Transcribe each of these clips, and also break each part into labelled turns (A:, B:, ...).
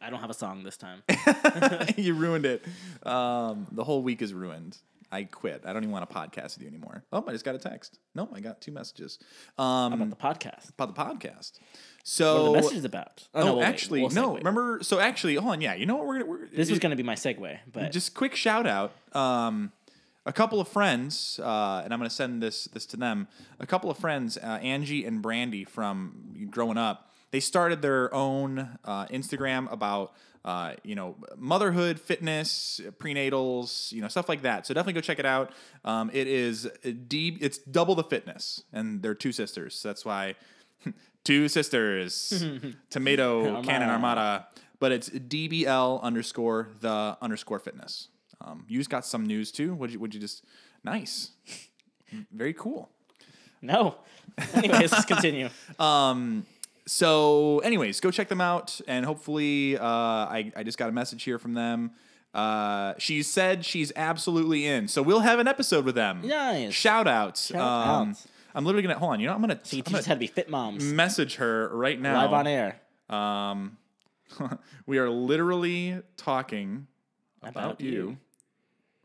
A: I don't have a song this time.
B: you ruined it. Um, the whole week is ruined. I quit. I don't even want to podcast with you anymore. Oh, I just got a text. Nope, I got two messages um,
A: about the podcast.
B: about the podcast.
A: What are
B: So,
A: the message is about?
B: oh,
A: no, we'll wait.
B: actually,
A: We'll
B: no.
A: segue.
B: Remember, so actually, hold on. Yeah, you know what? We're gonna. We're,
A: this was going to be my segue, but
B: just quick shout out um, a couple of friends uh, and i'm going to send this this to them a couple of friends uh, angie and brandy from growing up they started their own uh, instagram about uh, you know motherhood fitness prenatals you know stuff like that so definitely go check it out um, it is d it's double the fitness and they're two sisters so that's why two sisters tomato cannon armada but it's dbl underscore the underscore fitness um, you just got some news too would you would you just nice very cool
A: no. Anyways, let's continue.
B: so anyways go check them out and hopefully uh, I, I just got a message here from them uh, she said she's absolutely in so we'll have an episode with them
A: Nice.
B: shout outs
A: Shout
B: um,
A: outs.
B: i'm literally gonna hold on you know i'm gonna,
A: You
B: I'm
A: teach us how
B: gonna
A: to be fit moms
B: message her right now
A: live on air.
B: Um, we are literally talking about,
A: About
B: you.
A: you.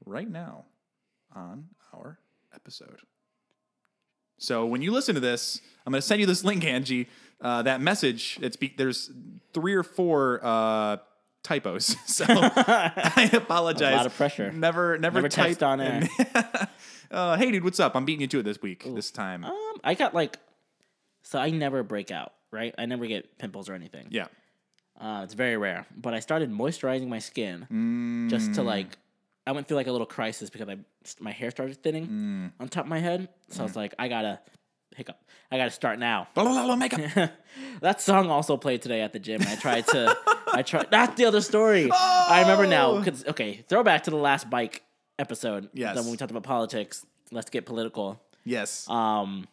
B: right now on our episode. So when you listen to this, I'm going to send you this link, Angie. Uh, that message. It's be- there's three or four uh, typos, so I apologize.
A: A lot of pressure.
B: Never, never,
A: Never
B: typed
A: text on air.
B: uh, hey, dude, what's up? I'm beating you to it this week. This time,
A: Um, I got like, so I never break out, right? I never get pimples or anything.
B: yeah.
A: Uh, it's very rare. But I started moisturizing my skin just
B: Mm.
A: to like, I went through like a little crisis because I my hair started thinning
B: Mm.
A: on top of my head. So I was like, I gotta hiccup. I gotta start now.
B: Blah, blah, blah, blah, makeup.
A: that song also played today at the gym. I tried to, I tried. That's the other story. I remember now. 'cause- okay, throwback to the last bike episode.
B: Yes.
A: Then when we talked about politics, let's get political.
B: yes.
A: Um,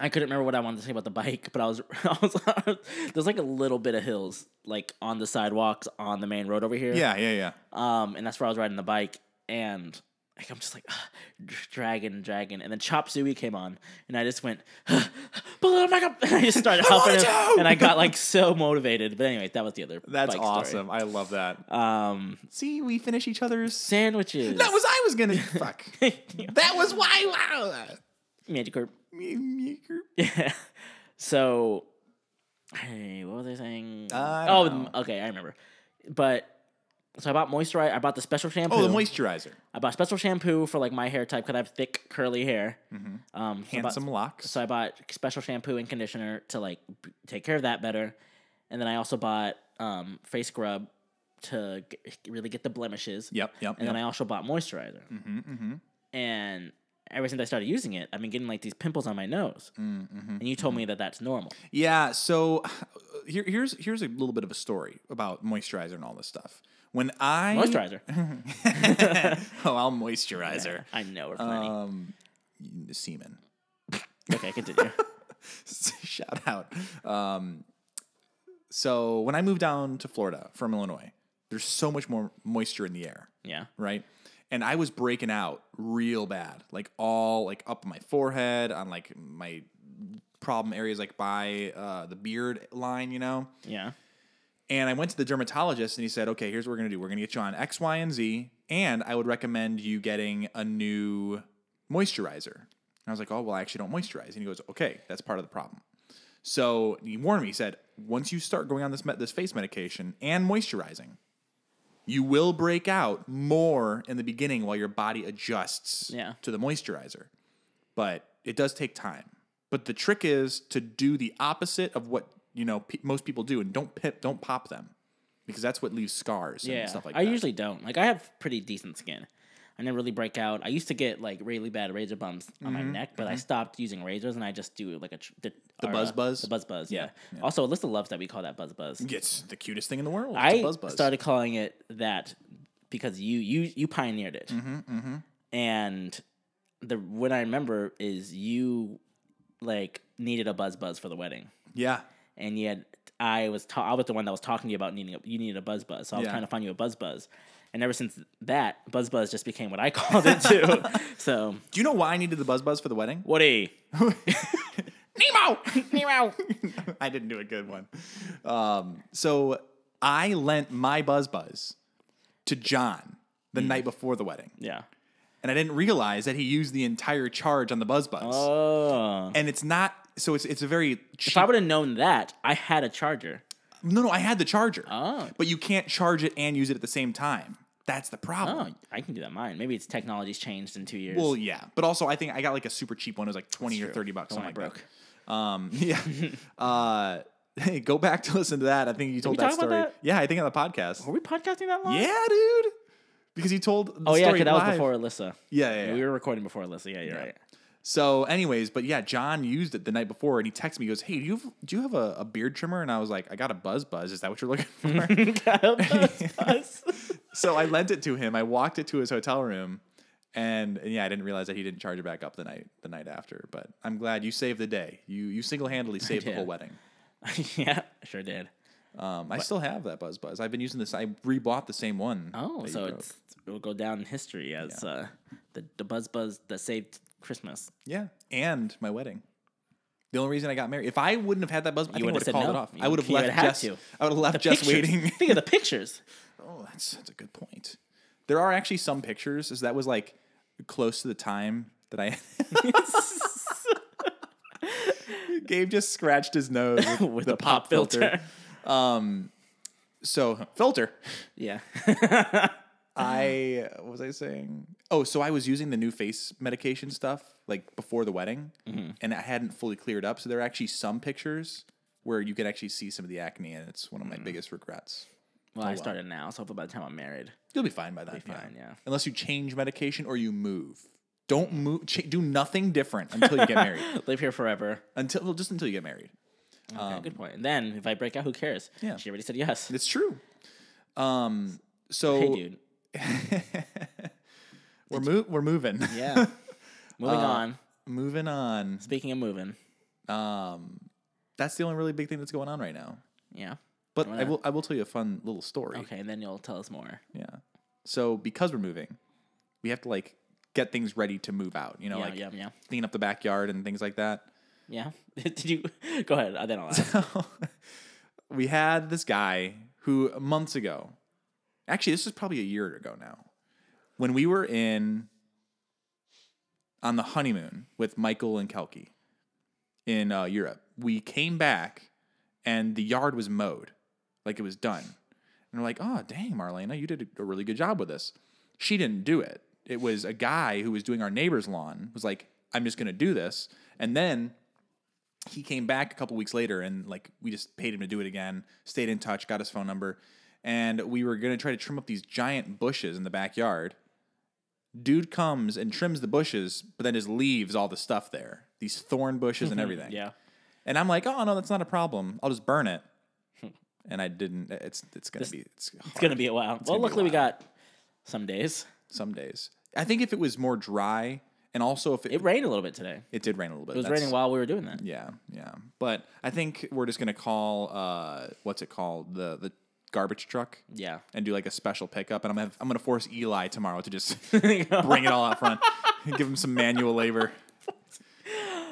A: I couldn't remember what I wanted to say about the bike, but I was, I was there's like a little bit of hills like on the sidewalks on the main road over here.
B: yeah, yeah, yeah.
A: Um, and that's where I was riding the bike, and like I'm just like dr- dragging, dragging, and then Chop Suey came on, and I just went, pull it back up, and I just started
B: want
A: hopping,
B: it
A: it,
B: too!
A: and I got like so motivated. But anyway, that was the other.
B: That's
A: bike story.
B: awesome. I love that.
A: Um,
B: See, we finish each other's.
A: sandwiches.
B: That was I was gonna. Fuck. That was why. Wow.
A: Magikarp.
B: Me- me-
A: Yeah. So, hey, what was I saying?
B: I
A: oh,
B: don't
A: m- okay, I remember. But so I bought moisturizer. I bought the special shampoo.
B: Oh, the moisturizer.
A: I bought special shampoo for like my hair type because I have thick curly hair. Um, so I bought-
B: Mm-hmm. Handsome locks.
A: so I bought special shampoo and conditioner to like b- take care of that better, and then I also bought um, face scrub to g- really get the blemishes.
B: Yep. Yep.
A: And
B: yep.
A: then I also bought moisturizer. And ever since I started using it, I've been getting like these pimples on my nose. And you told me that that's normal.
B: Yeah. So uh, here, here's here's a little bit of a story about moisturizer and all this stuff. When I
A: Moisturizer.
B: oh, I'll moisturizer.
A: I know we're plenty.
B: Um, semen.
A: okay, continue.
B: shout out. Um, so when I moved down to Florida from Illinois, there's so much more moisture in the air.
A: yeah.
B: right? And I was breaking out real bad, like all like up my forehead, on like my problem areas, like by uh, the beard line, you know.
A: Yeah.
B: And I went to the dermatologist, and he said, "Okay, here's what we're gonna do. We're gonna get you on X, Y, and Z, and I would recommend you getting a new moisturizer." And I was like, "Oh, well, I actually don't moisturize." And he goes, "Okay, that's part of the problem." So he warned me. He said, "Once you start going on this me- this face medication and moisturizing, you will break out more in the beginning while your body adjusts
A: Yeah.
B: to the moisturizer. But it does take time. But the trick is to do the opposite of what, you know, pe- most people do and don't pip, don't pop them because that's what leaves scars
A: Yeah.
B: and stuff like
A: I
B: that.
A: usually don't. Like, I have pretty decent skin. I never really break out. I used to get like really bad razor bumps on
B: Mm-hmm.
A: my neck, but I stopped using razors and I just do like a tr- the, or, uh,
B: buzz buzz?
A: The buzz buzz. Yeah.
B: Yeah, yeah.
A: Also, Alyssa loves that we call that buzz buzz.
B: it's the cutest thing in the world. It's
A: I
B: a buzz buzz.
A: started calling it that because you you you pioneered it,
B: Mm-hmm,
A: and the what I remember is you like needed a buzz buzz for the wedding,
B: yeah.
A: and yet I was ta- I was the one that was talking to you about needing a, you needed a buzz buzz, so I was
B: Yeah.
A: trying to find you a buzz buzz, and ever since that buzz buzz just became what I called it too. so
B: Do you know why I needed the buzz buzz for the wedding?
A: Woody,
B: Nemo! Nemo! I didn't do a good one. Um, so I lent my Buzz Buzz to John the night before the wedding,
A: Yeah.
B: and I didn't realize that he used the entire charge on the Buzz Buzz.
A: Oh.
B: And it's not so. It's it's a very cheap.
A: If I would have known that, I had a charger.
B: no, no, I had the charger,
A: Oh.
B: but you can't charge it and use it at the same time. That's the problem.
A: Oh, I can do that mine. Maybe it's technology's changed in two years.
B: Well, yeah, but also I think I got like a super cheap one. It was like twenty or
A: true. Oh,
B: thirty bucks.
A: The one
B: something
A: I
B: like that. Um, yeah. uh, hey, go back to listen to that. I think you told
A: we
B: that
A: talk about
B: story.
A: that? Oh.
B: Yeah, I think on the podcast.
A: Were we podcasting that long?
B: Yeah, dude. Because you told. The
A: Oh yeah,
B: story
A: because that was
B: live.
A: before Alyssa.
B: Yeah, yeah, yeah.
A: We were recording before Alyssa. Yeah, you're right.
B: So, anyways, but yeah, John used it the night before, and he texted me. He goes, "Hey, do you have, do you have a, a beard trimmer?" And I was like, "I got a Buzz Buzz. Is that what you're looking for?" so I lent it to him. I walked it to his hotel room, and, and yeah, I didn't realize that he didn't charge it back up the night the night after. But I'm glad you saved the day. You you single handedly saved the
A: did.
B: whole wedding.
A: yeah, sure did.
B: Um, I still have that Buzz Buzz. I've been using this. I rebought the same one.
A: Oh,
B: that you
A: so
B: broke.
A: it's, it'll go down in history as uh, the the buzz buzz that saved Christmas.
B: yeah, and my wedding. The only reason I got married. If I wouldn't have had that Buzz, Buzz, I
A: would've
B: would have
A: said
B: called it
A: no.
B: off.
A: You
B: I would
A: would've-
B: have
A: you
B: left
A: would've had
B: Jess.
A: to.
B: I would have left Jess
A: Pictures.
B: waiting.
A: Think of the pictures.
B: Oh, that's that's a good point. There are actually some pictures. Is that was like close to the time that I. Gabe just scratched his nose with,
A: With
B: the
A: the pop filter.
B: So filter.
A: Yeah.
B: I what was I saying? Oh, so I was using the new face medication stuff like before the wedding,
A: Mm-hmm.
B: and I hadn't fully cleared up. So there are actually some pictures where you can actually see some of the acne, and it's one of my
A: Mm-hmm.
B: biggest regrets. Oh,
A: Well, I started now, so hopefully by the time I'm married.
B: You'll be fine by that.
A: fine, yeah.
B: Unless you change medication or you move. Don't move. Cha- do nothing different until you get married.
A: Live here forever.
B: Until well, just until you get married.
A: Okay, good point. And then if I break out, who cares?
B: Um, Yeah.
A: She already said yes.
B: It's true. Um. So
A: Hey, dude.
B: we're mo- we're moving.
A: Yeah. Moving
B: Uh,
A: on.
B: moving on.
A: Speaking of moving.
B: Um. That's the only really big thing that's going on right now.
A: Yeah.
B: But I will I will tell you a fun little story.
A: Okay, and then you'll tell us more.
B: Yeah. So because we're moving, we have to like get things ready to move out. You know,
A: Yeah,
B: like
A: yeah, yeah.
B: clean up the backyard and things like that.
A: Yeah. Did you go ahead? uh, Then I'll ask.
B: we had this guy who months ago, actually, this was probably a year ago now, when we were in on the honeymoon with Michael and Kelki in uh, Europe. We came back and the yard was mowed, like it was done. And we're like, oh, dang, Marlena, you did a really good job with this. She didn't do it. It was a guy who was doing our neighbor's lawn, was like, I'm just going to do this. And then he came back a couple weeks later and like we just paid him to do it again stayed in touch got his phone number and we were going to try to trim up these giant bushes in the backyard dude comes and trims the bushes but then just leaves all the stuff there these thorn bushes and everything
A: Yeah.
B: and i'm like oh no that's not a problem i'll just burn it
A: Hmm.
B: and i didn't uh, it's it's going to be it's,
A: It's gonna be a while. well,
B: gonna be a
A: luckily we
B: while.
A: got some days.
B: some days i think if it was more dry and also if it
A: It
B: it,
A: rained a little bit today.
B: did rain a little bit
A: It was raining while we were doing that.
B: Yeah, yeah. But I think we're just gonna call uh, what's it called the the garbage truck
A: Yeah.
B: and do like a special pickup. And I'm gonna, I'm gonna force Eli tomorrow to just
A: yeah.
B: bring it all out front, and give him some manual labor.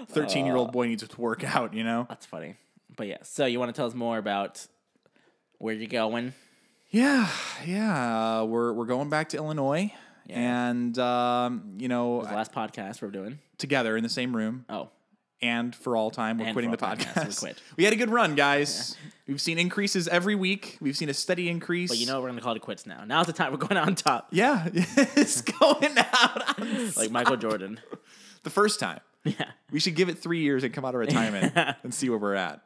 B: Thirteen year
A: Uh.
B: old boy needs to work out, you know.
A: That's funny. But yeah, so you want to tell us more about where you're going?
B: Yeah, yeah. Uh, we're we're going back to Illinois, and um, you know,
A: The last podcast we're doing.
B: together in the same room.
A: Oh,
B: and for all time, we're
A: And
B: quitting
A: for
B: the
A: all time,
B: podcast.
A: yes, we quit.
B: We had a good run, guys. We've seen increases every week. We've seen a steady increase.
A: but you know we're gonna call it quits now. Now's the time we're going out on top,
B: yeah, it's going out on
A: like Michael Jordan.
B: the first time.
A: Yeah.
B: We should give it three years and come out of retirement and see where we're at.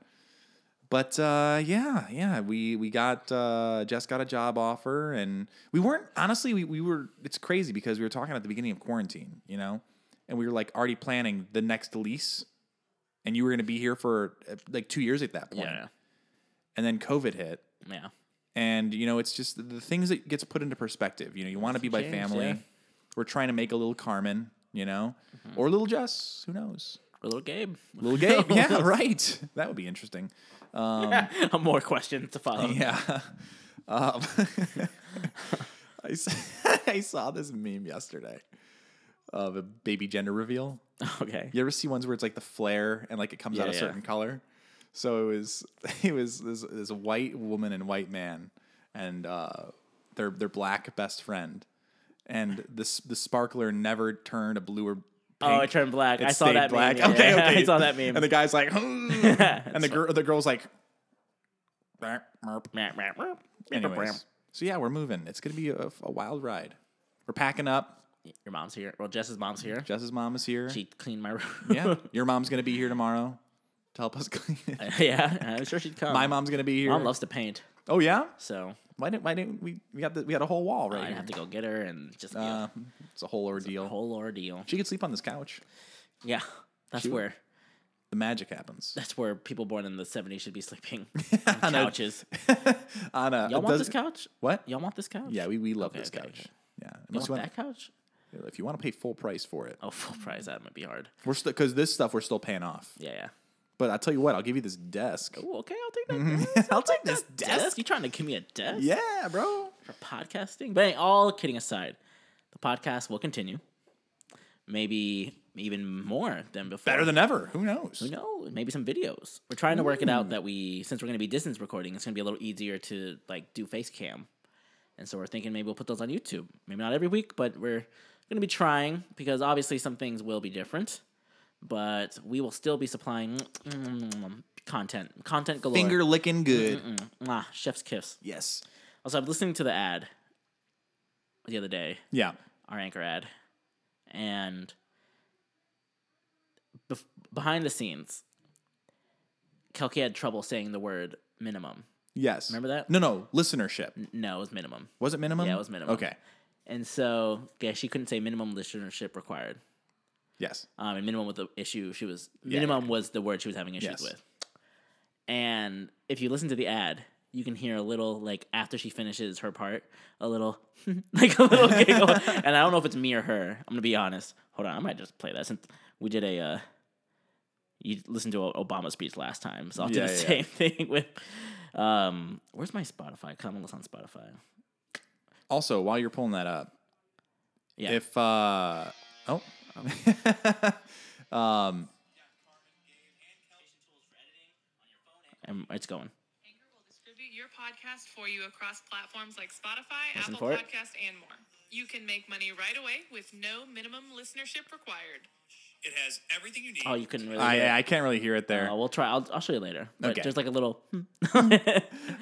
B: But uh, yeah, yeah, we we got uh, Jess got a job offer, and we weren't honestly we we were. It's crazy because we were talking at the beginning of quarantine, you know, and we were like already planning the next lease, and you were going to be here for uh, like two years at that point,
A: Yeah.
B: and then COVID hit,
A: Yeah.
B: and you know it's just the- the things that gets put into perspective you know you want to be by
A: Change,
B: family
A: yeah.
B: we're trying to make a little carmen you know or little jess who knows
A: A little Gabe.
B: little gabe yeah right that would be interesting
A: Um, More questions to follow.
B: yeah um, I, saw, I saw this meme yesterday of a baby gender reveal
A: Okay.
B: You ever see ones where it's like the flare and like it comes out
A: Yeah,
B: a
A: yeah.
B: certain color? So it was it was this, this white woman and white man, and uh, their their black best friend, and this the sparkler never turned a blue or pink.
A: Oh, it turned black.
B: It
A: I saw
B: stayed
A: that
B: black.
A: meme. Yeah,
B: okay,
A: yeah,
B: okay.
A: I saw that meme.
B: And the guy's like, "Hmm." and the girl the girl's like, "Merp, merp." anyways. So yeah, we're moving. It's gonna be a, a wild ride. We're packing up.
A: Your mom's here. Well, Jess's mom's here.
B: Jess's mom is here.
A: She cleaned my room.
B: yeah, your mom's gonna be here tomorrow to help us clean it.
A: yeah. I'm sure she'd come.
B: My mom's gonna be here.
A: Mom loves to paint,
B: oh yeah.
A: so
B: Why didn't Why didn't we? We got the, we got a whole wall right
A: I'd
B: here.
A: have to go get her and just be
B: Uh, it's a whole
A: a
B: ordeal.
A: whole ordeal.
B: She could sleep on this couch.
A: Yeah, that's
B: Shoot.
A: where
B: The magic happens.
A: that's where people born in the '70s should be sleeping on
B: know.
A: couches.
B: on a,
A: Y'all
B: it
A: want
B: does-
A: this couch?
B: What?
A: Y'all want this couch?
B: Yeah, we, we love
A: Okay,
B: this
A: okay,
B: couch.
A: okay.
B: Yeah,
A: You
B: unless
A: want
B: you
A: that couch?
B: wanna- if you want to pay full price for it,
A: Oh, full price. That might be hard.
B: we're still because this stuff we're still paying off.
A: Yeah, yeah.
B: But I tell you what, I'll give you this desk.
A: Ooh, okay, I'll take that. desk.
B: I'll take this
A: desk.
B: Mm-hmm. desk.
A: You trying to give me a desk?
B: Yeah, bro.
A: for podcasting. But hey, all kidding aside, the podcast will continue. Maybe even more than before.
B: Better than ever. Who knows?
A: you know, maybe some videos. We're trying to work it out that we since we're gonna be distance recording, it's gonna be a little easier to like do face cam. And so we're thinking maybe we'll put those on YouTube. Maybe not every week, but we're gonna be trying because obviously some things will be different. But we will still be supplying mm, content. Content galore.
B: Finger licking good.
A: Mwah, chef's kiss.
B: Yes.
A: Also, I'm listening to the ad the other day,
B: Yeah.
A: our anchor ad, and bef- behind the scenes, Kelki had trouble saying the word minimum.
B: Yes.
A: Remember that?
B: No, no. Listenership.
A: No, it was minimum.
B: Was it minimum?
A: Yeah, it was minimum.
B: Okay.
A: And so, yeah, she couldn't say minimum listenership required.
B: Yes.
A: Um, and minimum with the issue she was
B: Yeah,
A: minimum was the word she was having issues
B: Yes.
A: with. And if you listen to the ad, you can hear a little like after she finishes her part, a little like a little giggle. and I don't know if it's me or her. I'm gonna be honest. Hold on, I might just play that since we did a. Uh, you listened to a Obama speech last time, so I'll
B: Yeah,
A: do the
B: yeah.
A: same thing with. Um, where's my Spotify? Come on, listen on Spotify.
B: Also, while you're pulling that up,
A: Yeah.
B: if uh oh, um,
A: And it's going.
C: Anchor will distribute your podcast for you across platforms like Spotify,
A: Listen
C: Apple
A: for it.
C: Podcasts, and more. You can make money right away with no minimum listenership required.
D: It has everything you need.
A: Oh, you couldn't really. hear
B: I
A: it?
B: I can't really hear it there.
A: Uh, we'll try. I'll, I'll show you later. But
B: Okay.
A: there's like a little.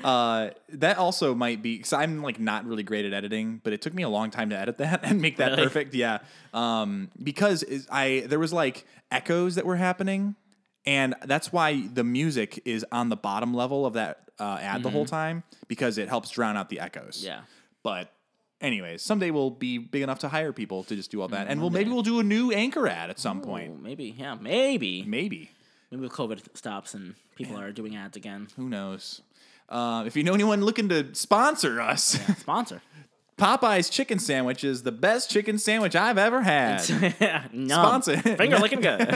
B: Uh, that also might be because I'm like not really great at editing, but it took me a long time to edit that and make that
A: Really?
B: perfect. Yeah, um, because is, I there was like echoes that were happening, and that's why the music is on the bottom level of that uh, ad the whole time because it helps drown out the echoes.
A: Mm-hmm. Yeah.
B: but. Anyways, someday we'll be big enough to hire people to just do all that, and we'll maybe we'll do a new anchor ad at some
A: Ooh,
B: point.
A: maybe, yeah, maybe.
B: Maybe
A: Maybe if COVID stops and people are doing ads again.
B: who knows? Uh, if you know anyone looking to sponsor us,
A: Sponsor.
B: Popeye's chicken sandwich is the best chicken sandwich I've ever had.
A: Numb.
B: Sponsor.
A: Finger looking good.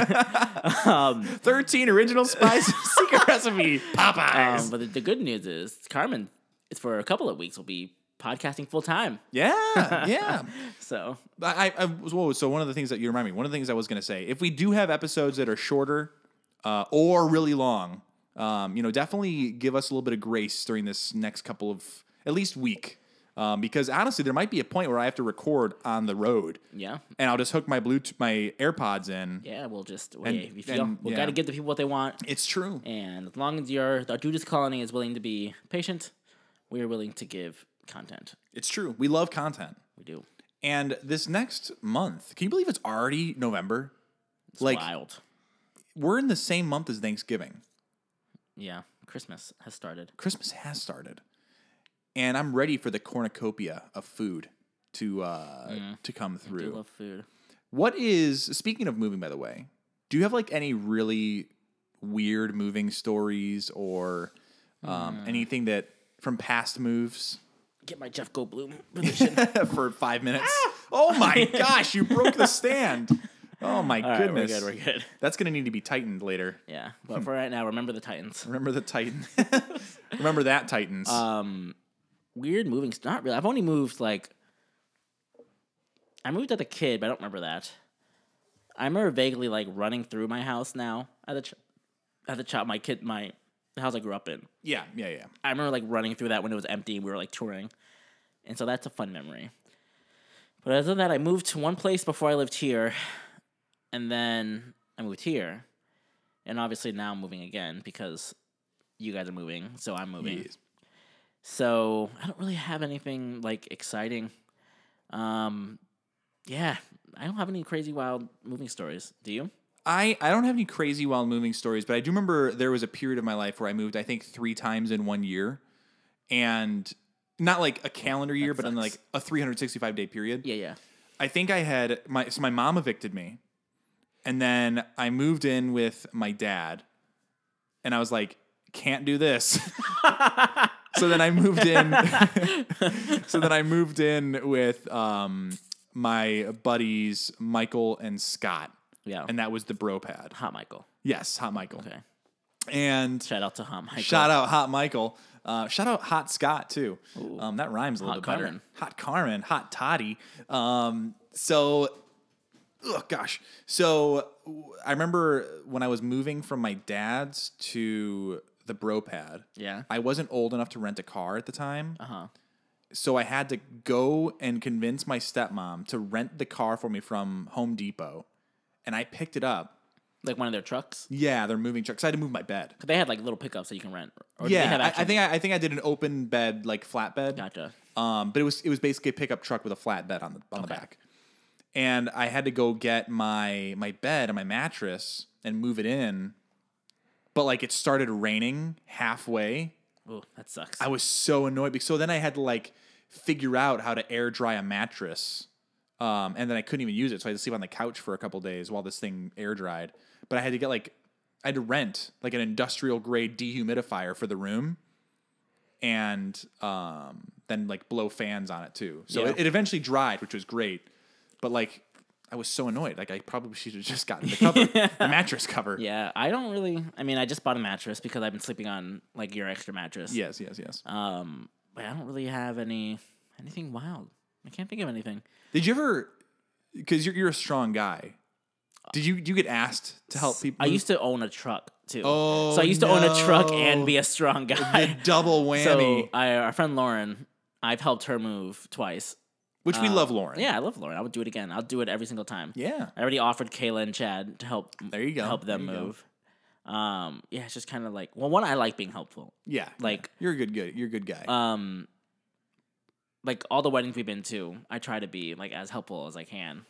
A: um,
B: 13 original spices, secret recipe, Popeye's.
A: Um, but the, the good news is Carmen is for a couple of weeks will be podcasting full time.
B: yeah, yeah.
A: So
B: I, I was, whoa, so one of the things that you remind me, one of the things I was going to say, if we do have episodes that are shorter uh, or really long, um, you know, definitely give us a little bit of grace during this next couple of, at least week. Um, because honestly, there might be a point where I have to record on the road.
A: yeah.
B: And I'll just hook my Bluetooth, my AirPods in.
A: Yeah, we'll just we
B: And-
A: if you
B: and-
A: don't- we
B: yeah.
A: got to give the people what they want,
B: It's true.
A: and as long as your our Judas colony is willing to be patient, we are willing to give content.
B: It's true. We love content.
A: We do.
B: And this next month, can you believe it's already November?
A: It's
B: Like-
A: wild.
B: We're in the same month as Thanksgiving.
A: Yeah, Christmas has started.
B: Christmas has started, and I'm ready for the cornucopia of food to uh, to come
A: We
B: through.
A: love food.
B: what is speaking of moving, by the way? Do you have like any really weird moving stories or um, anything that from past moves
A: Get my Jeff Goldblum position.
B: for five minutes?
A: Ah!
B: Oh my gosh, you broke the stand! Oh my
A: All right, we're
B: goodness,
A: good. We're good.
B: that's gonna need to be tightened later.
A: Yeah, but for right now, remember the Titans.
B: Remember the Titan. Remember that Titans.
A: Um, weird moving. st- Not really. I've only moved like I moved as a kid, but I don't remember that. I remember vaguely like running through my house now at the ch- at the chop. My kid, my the house I grew up in.
B: Yeah, yeah, yeah.
A: I remember like running through that when it was empty and we were like touring. And so that's a fun memory. But other than that, I moved to one place before I lived here. And then I moved here. And obviously now I'm moving again because you guys are moving. So I'm moving.
B: Yes.
A: So I don't really have anything like exciting. Um, yeah, I don't have any crazy wild moving stories. Do you?
B: I, I don't have any crazy wild moving stories, but I do remember there was a period of my life where I moved, I think, three times in one year. And not like a calendar year, but in
A: sucks.
B: like a 365 day period.
A: Yeah, yeah.
B: I think I had my so my mom evicted me, and then I moved in with my dad, and I was like, can't do this. so then I moved in. so then I moved in with um, my buddies Michael and Scott,
A: Yeah.
B: and that was the bro pad.
A: Hot Michael.
B: Yes, Hot Michael.
A: Okay.
B: And
A: Shout out to Hot Michael.
B: Shout out Hot Michael. Uh, shout out Hot Scott too. Um, that rhymes a little
A: Hot
B: bit better.
A: Carmen.
B: Hot Carmen, Hot Toddy. Um, so, oh gosh. So w- I remember when I was moving from my dad's to the bro pad.
A: Yeah.
B: I wasn't old enough to rent a car at the time,
A: Uh huh.
B: so I had to go and convince my stepmom to rent the car for me from Home Depot, and I picked it up.
A: Like one of their trucks.
B: Yeah, they're moving trucks. I had to move my bed.
A: 'Cause they had like little pickups that you can rent. Or do they
B: Yeah,
A: have
B: I,
A: actual-
B: I think I, I think I did an open bed like flatbed.
A: Gotcha.
B: Um, but it was it was basically a pickup truck with a flat bed on the on the back, and I had to go get my my bed and my mattress and move it in. But like it started raining halfway.
A: Ooh, that sucks.
B: I was so annoyed because so then I had to like figure out how to air dry a mattress, um, and then I couldn't even use it, so I had to sleep on the couch for a couple days while this thing air dried. But I had to get like I had to rent like an industrial grade dehumidifier for the room, and um, then like blow fans on it too. So
A: Yeah.
B: it, it eventually dried, which was great. But like I was so annoyed, like I probably should have just gotten the cover, the mattress cover.
A: yeah, I don't really. I mean, I just bought a mattress because I've been sleeping on like your extra mattress.
B: Yes, yes, yes.
A: Um, but I don't really have any anything wild. I can't think of anything.
B: Did you ever? Because you're you're a strong guy. Did you do you get asked to help people?
A: I used to own a truck too.
B: Oh,
A: so I used to own a truck and
B: no.
A: be a strong guy.
B: double
A: so
B: whammy,
A: I, our friend Lauren, I've helped her move twice.
B: which we love, Lauren.
A: uh, Yeah, I love Lauren. I would do it again. I'll do it every single time.
B: yeah.
A: I already offered Kayla and Chad to help
B: There you go.
A: help them
B: There you go.
A: move. Um, yeah, it's just kind of like well, one I like being helpful.
B: Yeah,
A: Like-
B: you're a good, good, you're a good guy.
A: Um, like all the weddings we've been to, I try to be like as helpful as I can,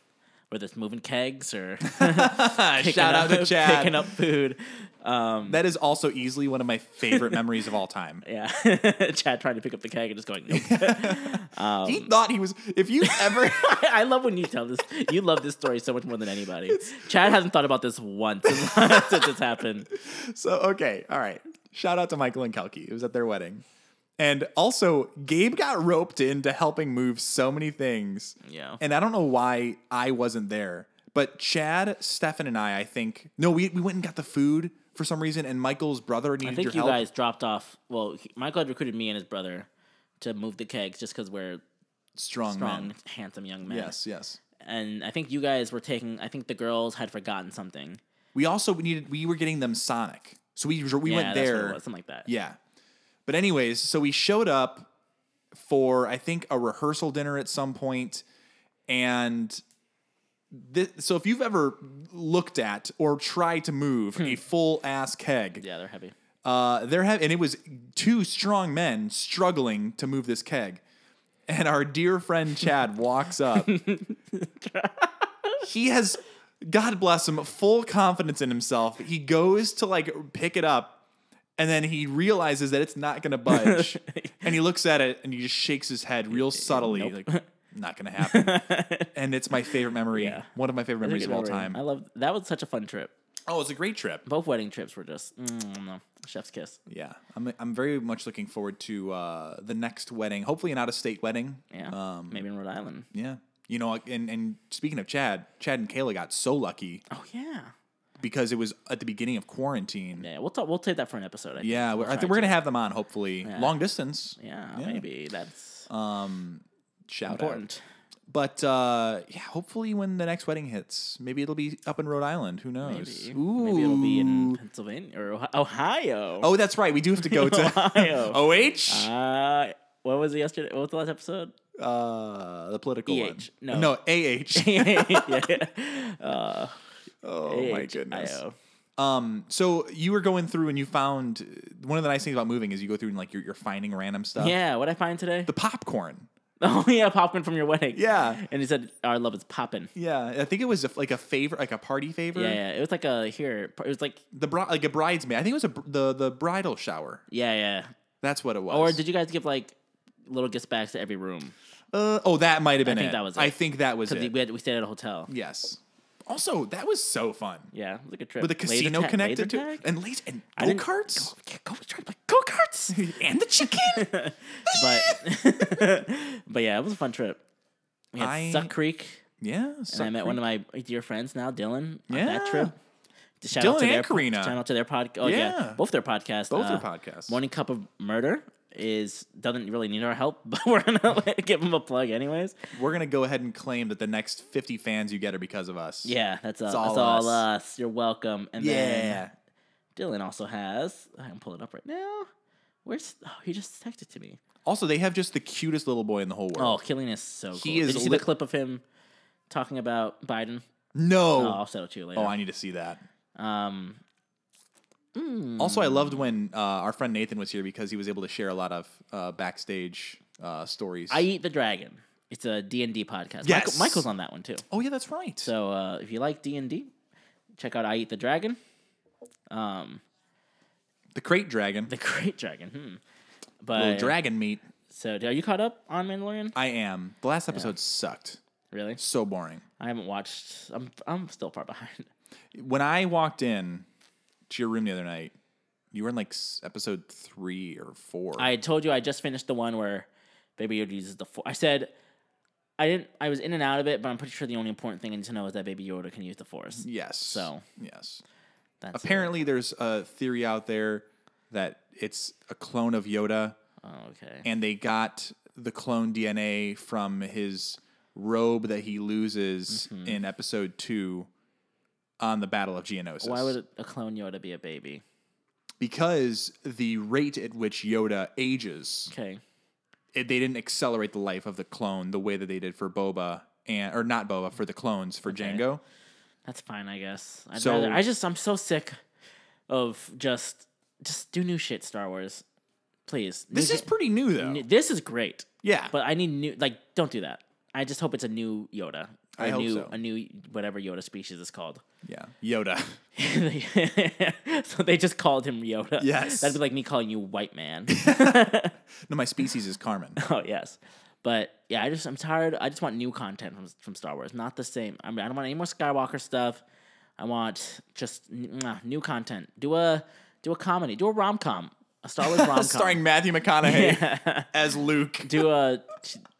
A: whether it's moving kegs or picking
B: Shout
A: up,
B: out to Chad.
A: picking up food. Um,
B: That is also easily one of my favorite memories of all time.
A: yeah, Chad trying to pick up the keg and just going. Nope. Um,
B: he thought he was. If you ever,
A: I love when you tell this. You love this story so much more than anybody. Chad hasn't thought about this once since this happened.
B: so okay, all right. Shout out to Michael and Kelki. It was at their wedding, and also Gabe got roped into helping move so many things.
A: Yeah.
B: And I don't know why I wasn't there, but Chad, Stefan, and I, I think, no, we, we went and got the food for some reason, and Michael's brother needed
A: I think
B: your
A: you
B: help.
A: guys dropped off. Well, he- Michael had recruited me and his brother to move the kegs just because we're
B: strong,
A: strong,
B: man.
A: handsome young men.
B: Yes, yes.
A: And I think you guys were taking. I think the girls had forgotten something.
B: We also needed, we were getting them Sonic. So we, we
A: yeah,
B: went
A: that's
B: there.
A: what it was, something like that.
B: Yeah. But anyways, so we showed up for I think a rehearsal dinner at some point and this, so if you've ever looked at or tried to move
A: Hmm.
B: a full ass keg,
A: Yeah, they're heavy.
B: uh, there have and it was two strong men struggling to move this keg, and our dear friend Chad walks up. he has, God bless him, full confidence in himself. He goes to like pick it up, and then he realizes that it's not gonna budge, and he looks at it and he just shakes his head
A: Eh,
B: real subtly, like not gonna happen. and it's my favorite memory,
A: Yeah.
B: one of my favorite memories of all time.
A: I love that was such a fun trip.
B: Oh, it's a great trip.
A: Both wedding trips were just mm, no, chef's kiss.
B: Yeah, I'm I'm very much looking forward to uh, the next wedding. Hopefully, an out of state wedding.
A: Yeah,
B: Um,
A: maybe in Rhode Island.
B: yeah. You know, and and speaking of Chad, Chad and Kayla got so lucky
A: Oh yeah,
B: because it was at the beginning of quarantine.
A: yeah. We'll talk. We'll take that for an episode. I think.
B: Yeah, we're,
A: We'll
B: I
A: try
B: think we're
A: to.
B: gonna have them on. Hopefully, long distance.
A: Yeah,
B: Yeah. Uh,
A: maybe that's
B: Um, shout
A: important.
B: out. But uh, yeah, hopefully when the next wedding hits, maybe it'll be up in Rhode Island. Who knows?
A: Maybe. Maybe it'll be in
B: Ooh.
A: Pennsylvania or Ohio. Ohio.
B: Oh, that's right. We do have to go to
A: Ohio.
B: OH.
A: Uh, what was it yesterday? What was the last episode?
B: Uh, the political one.
A: EH. No.
B: no, AH.
A: yeah. yeah. Uh,
B: oh my goodness.
A: AHIO.
B: Um, so you were going through and you found one of the nice things about moving is you go through and like you're, you're finding random stuff.
A: Yeah, what I find today?
B: The popcorn.
A: oh yeah, popcorn from your wedding.
B: Yeah. Mm-hmm.
A: and he said our love is popping.
B: Yeah, I think it was a, like a favor, like a party favor.
A: Yeah, yeah, it was like a here. It was like
B: The bri- like a bridesmaid. I think it was a, br- the the bridal shower.
A: yeah, yeah.
B: That's what it was.
A: Or did you guys give like little gifts bags to every room?
B: Uh, oh, that might have been
A: think
B: it.
A: that was
B: I
A: it.
B: think that was
A: Because
B: it.
A: we had, we stayed at a hotel.
B: yes. Also, that was so fun.
A: Yeah, it was like a trip
B: With the
A: Laser
B: casino
A: tag-
B: connected
A: laser
B: to it.
A: tag?
B: and laser and
A: I
B: go
A: didn't-
B: karts
A: Go, go, go karts.
B: and the chicken.
A: but but yeah, it was a fun trip. We had
B: I-
A: Suck Creek,
B: yeah.
A: and I met one of my dear friends now, Dylan, on that
B: Yeah.
A: trip. To shout
B: Dylan
A: out to
B: and
A: their po-
B: Karina.
A: Shout out to their podcast. Oh yeah.
B: Yeah.
A: both their podcasts. uh,
B: Both their podcasts.
A: Morning Cup of Murder is doesn't really need our help, but we're gonna give them a plug anyways.
B: We're gonna go ahead and claim that the next fifty fans you get are because of us.
A: Yeah, that's, uh,
B: all
A: that's all
B: us.
A: us. You're welcome. And
B: Yeah.
A: then Dylan also has. I can pull it up right now. Where's? Oh, he just texted to me.
B: Also, they have just the cutest little boy in the whole
A: Oh,
B: world.
A: Killing is so cool.
B: He is
A: Did you see
B: lit-
A: the clip of him talking about Biden? Oh,
B: no.
A: I'll send it to you later.
B: Oh, I need to see that.
A: um, hmm.
B: Also, I loved when uh, our friend Nathan was here because he was able to share a lot of uh, backstage uh, stories.
A: I Eat the Dragon. It's a D&D podcast.
B: Yes.
A: Michael, Michael's on that one too.
B: oh yeah, that's right.
A: So uh, if you like D&D, check out I Eat the Dragon. Um,
B: the crate dragon,
A: the Great Dragon. Hmm.
B: little
A: But
B: dragon meat.
A: so are you caught up on Mandalorian?
B: I am. The last episode sucked.
A: Really?
B: So boring.
A: I haven't watched. I'm I'm still far behind.
B: When I walked in to your room the other night, you were in like s- episode three or four.
A: I had told you I just finished the one where Baby Yoda uses the force. I said I didn't. I was in and out of it, but I'm pretty sure the only important thing I need to know is that Baby Yoda can use the force.
B: yes.
A: So.
B: yes.
A: That's it.
B: Apparently, there's a theory out there that it's a clone of Yoda,
A: Oh, okay.
B: and they got the clone DNA from his robe that he loses
A: Mm-hmm.
B: in episode two on the Battle of Geonosis.
A: Why would a clone Yoda be a baby?
B: Because the rate at which Yoda ages,
A: Okay.
B: it, they didn't accelerate the life of the clone the way that they did for Boba and or not Boba for the clones for Django.
A: That's fine, I guess. I'd
B: So-
A: rather, I just I'm so sick of just just do new shit, Star Wars. Please. New
B: This is
A: shit-
B: pretty new though.
A: new- this is great.
B: yeah,
A: But I need new like don't do that. I just hope it's a new Yoda. Or
B: I
A: a
B: hope
A: new
B: so.
A: a new whatever Yoda species is called.
B: yeah, Yoda.
A: so they just called him Yoda.
B: Yes.
A: That'd be like me calling you white man.
B: no, my species is Carmen.
A: oh yes. But yeah, I just I'm tired. I just want new content from from Star Wars, not the same. I mean, I don't want any more Skywalker stuff. I want just mwah, new content. Do a do a comedy. Do a rom com. A Star Wars rom com.
B: starring Matthew McConaughey as Luke.
A: do a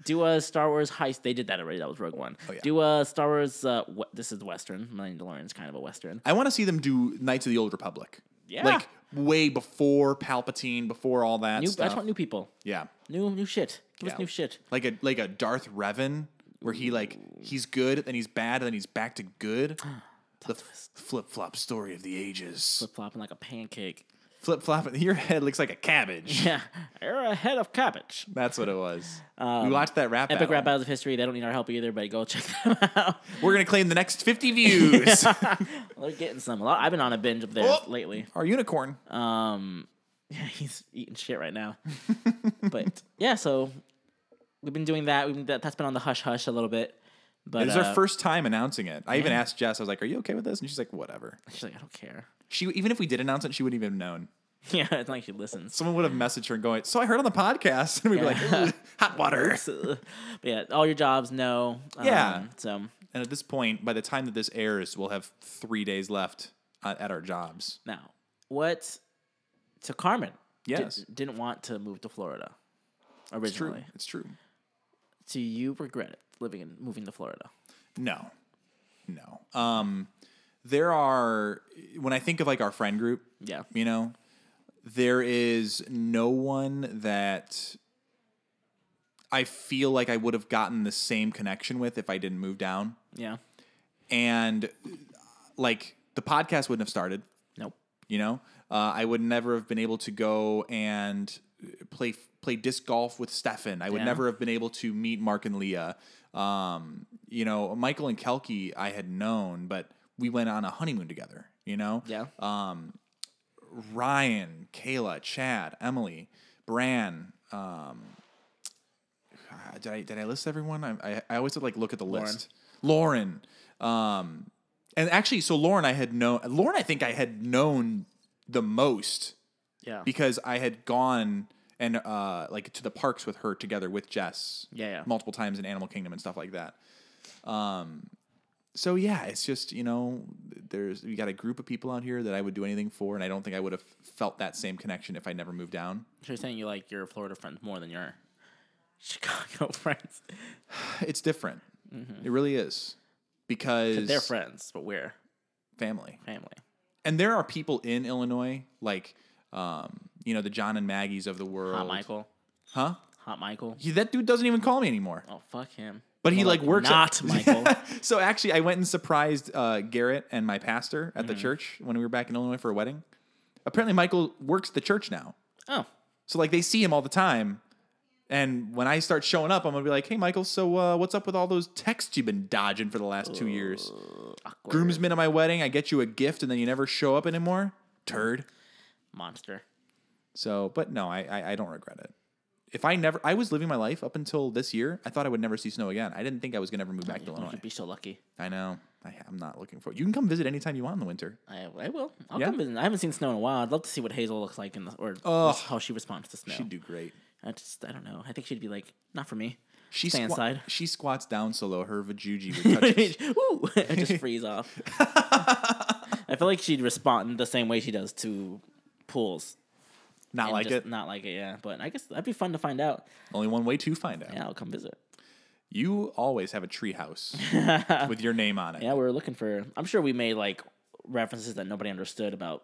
A: do a Star Wars heist. They did that already. That was Rogue One.
B: Oh, yeah.
A: Do a Star Wars. Uh, we- this is Western. Mandalorian's kind of a Western.
B: I want to see them do Knights of the Old Republic.
A: Yeah.
B: like way before Palpatine, before all that
A: New, I
B: stuff.
A: just want new people.
B: yeah,
A: New new shit. Give
B: Yeah.
A: us new shit.
B: like a like a Darth Revan, where he like he's good, then he's bad, then he's back to good. the flip flop story of the ages.
A: Flip flopping like a pancake.
B: Flip flop. Your head looks like a cabbage.
A: Yeah, you're a head of cabbage.
B: That's what it was. we watched that rap.
A: Um, Epic
B: battle.
A: Rap Battles of History. They don't need our help either, but go check them out.
B: We're gonna claim the next fifty views.
A: They're getting some. A lot. I've been on a binge of theirs
B: Oh.
A: lately.
B: Our unicorn.
A: Um, yeah, he's eating shit right now. but yeah, so we've been doing that. We've been, that, that's been on the hush hush a little bit. But
B: It was
A: uh,
B: our first time announcing it. I even asked Jess. I was like, "Are you okay with this?" And she's like, "Whatever."
A: She's like, I don't care.
B: She even if we did announce it, she wouldn't even have known.
A: Yeah, it's not like she listens.
B: Someone would have messaged her and going, "So I heard on the podcast," and we'd be
A: Yeah.
B: like, "Ugh, "Hot water."
A: So, but yeah, all your jobs, no. Um,
B: Yeah.
A: So
B: And at this point, by the time that this airs, we'll have three days left uh, at our jobs.
A: now, what? So Carmen, di-
B: Yes.
A: didn't want to move to Florida originally.
B: It's true. It's true.
A: Do you regret it, living and moving to Florida?
B: No, no. Um, there are when I think of like our friend group,
A: Yeah.
B: you know, there is no one that I feel like I would have gotten the same connection with if I didn't move down.
A: Yeah.
B: And like the podcast wouldn't have started,
A: Nope.
B: you know? Uh, I would never have been able to go and play play disc golf with Stefan. I would
A: Yeah.
B: never have been able to meet Mark and Leah. Um, you know, Michael and Kelki I had known, but we went on a honeymoon together, you know?
A: Yeah.
B: Um, Ryan, Kayla, Chad, Emily, Bran. Um, God, did I did I list everyone? I I, I always like look at the list. Lauren. Um, and actually, so Lauren, I had known. Lauren, I think I had known the most
A: yeah.
B: because I had gone and uh, like to the parks with her together with Jess.
A: Yeah, yeah.
B: Multiple times in Animal Kingdom and stuff like that. Um, so yeah, it's just you know, there's you got a group of people out here that I would do anything for, and I don't think I would have felt that same connection if I never moved down.
A: so you're saying you like your Florida friends more than your Chicago friends.
B: It's different. It really is because
A: Mm-hmm. They're friends, but we're
B: family.
A: family.
B: and there are people in Illinois like um, you know the John and Maggie's of the world.
A: Hot Michael.
B: huh?
A: Hot Michael.
B: He, that dude doesn't even call me anymore.
A: Oh fuck him.
B: But he
A: More
B: like works
A: not
B: at-
A: Michael.
B: so actually, I went and surprised uh, Garrett and my pastor at the church when we were back in Illinois for a wedding. Apparently, Michael works the church now,
A: Oh.
B: so like they see him all the time. And when I start showing up, I'm gonna be like, "Hey, Michael, so uh, what's up with all those texts you've been dodging for the last two years?
A: Awkward.
B: Groomsman at my wedding, I get you a gift, and then you never show up anymore, turd."
A: monster.
B: So, but no, I, I I don't regret it. If I never, I was living my life up until this year. I thought I would never see snow again. I didn't think I was gonna ever move back to Illinois.
A: You'd be so lucky.
B: I know. I, I'm not looking for. You can come visit anytime you want in the winter.
A: I, I will. I'll
B: Yeah?
A: come visit. I haven't seen snow in a while. I'd love to see what Hazel looks like in the or
B: Ugh.
A: how she responds to snow.
B: She'd do great.
A: I just I don't know. I think she'd be like, not for me.
B: She
A: Stay inside.
B: She squats down so low, her vajuji would touch. his-
A: Ooh, I just freeze off. I feel like she'd respond the same way she does to pools.
B: Not
A: and
B: like
A: just
B: it.
A: Not like it, yeah. But I guess that'd be fun to find out.
B: Only one way to find out.
A: Yeah, I'll come visit.
B: You always have a treehouse with your name on it.
A: Yeah, we were looking for. I'm sure we made like references that nobody understood about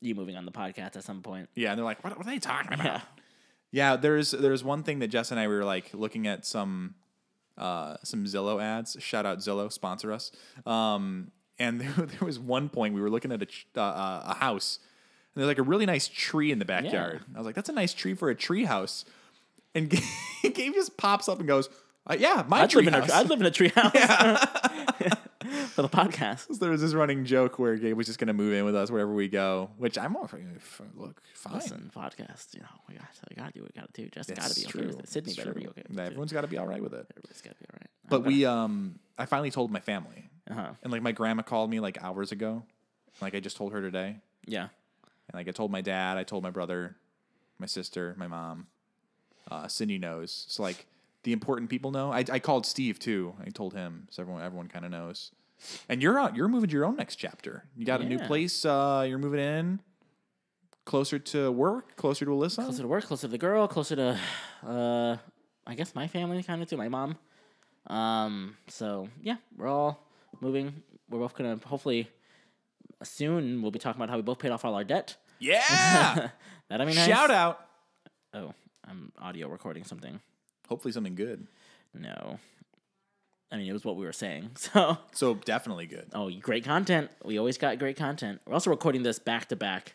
A: you moving on the podcast at some point.
B: Yeah, and they're like, what, what are they talking about?
A: Yeah.
B: Yeah, there's there's one thing that Jess and I we were like looking at some uh some Zillow ads. Shout out Zillow, sponsor us. Um and there, there was one point we were looking at a ch- uh, uh, a house and there's like a really nice tree in the backyard. I was like, that's a nice tree for a tree house. And Gabe, Gabe just pops up and goes, uh, yeah, my
A: I'd
B: tree
A: live, in a,
B: house.
A: I'd live in a treehouse for the podcast.
B: there was this running joke where Gabe was just going to move in with us wherever we go, which I'm all f- look fine.
A: Listen, podcast. You know, we got to, we got to do what we got to do. Just got
B: It's
A: to be okay with it. Sydney
B: It's
A: better
B: true.
A: be okay. With it, too.
B: Everyone's got to be all right with it.
A: Everybody's got to be all right.
B: But we, um, I finally told my family,
A: Uh-huh.
B: and like my grandma called me like hours ago, like I just told her today, and
A: yeah,
B: like I told my dad, I told my brother, my sister, my mom, uh, Cindy knows. So like the important people know. I, I called Steve too. I told him, so everyone everyone kind of knows. And you're out. You're moving to your own next chapter. You got a new
A: Yeah.
B: place. Uh, you're moving in closer to work, closer to Alyssa.
A: closer to work, closer to the girl, closer to, uh, I guess my family kind of too. My mom. Um. So yeah, we're all moving. We're both gonna hopefully soon. We'll be talking about how we both paid off all our debt.
B: yeah.
A: That'd be nice.
B: Shout out.
A: Oh, I'm audio recording something.
B: Hopefully something good.
A: No. I mean, it was what we were saying. So,
B: So definitely good.
A: oh, great content. We always got great content. We're also recording this back to back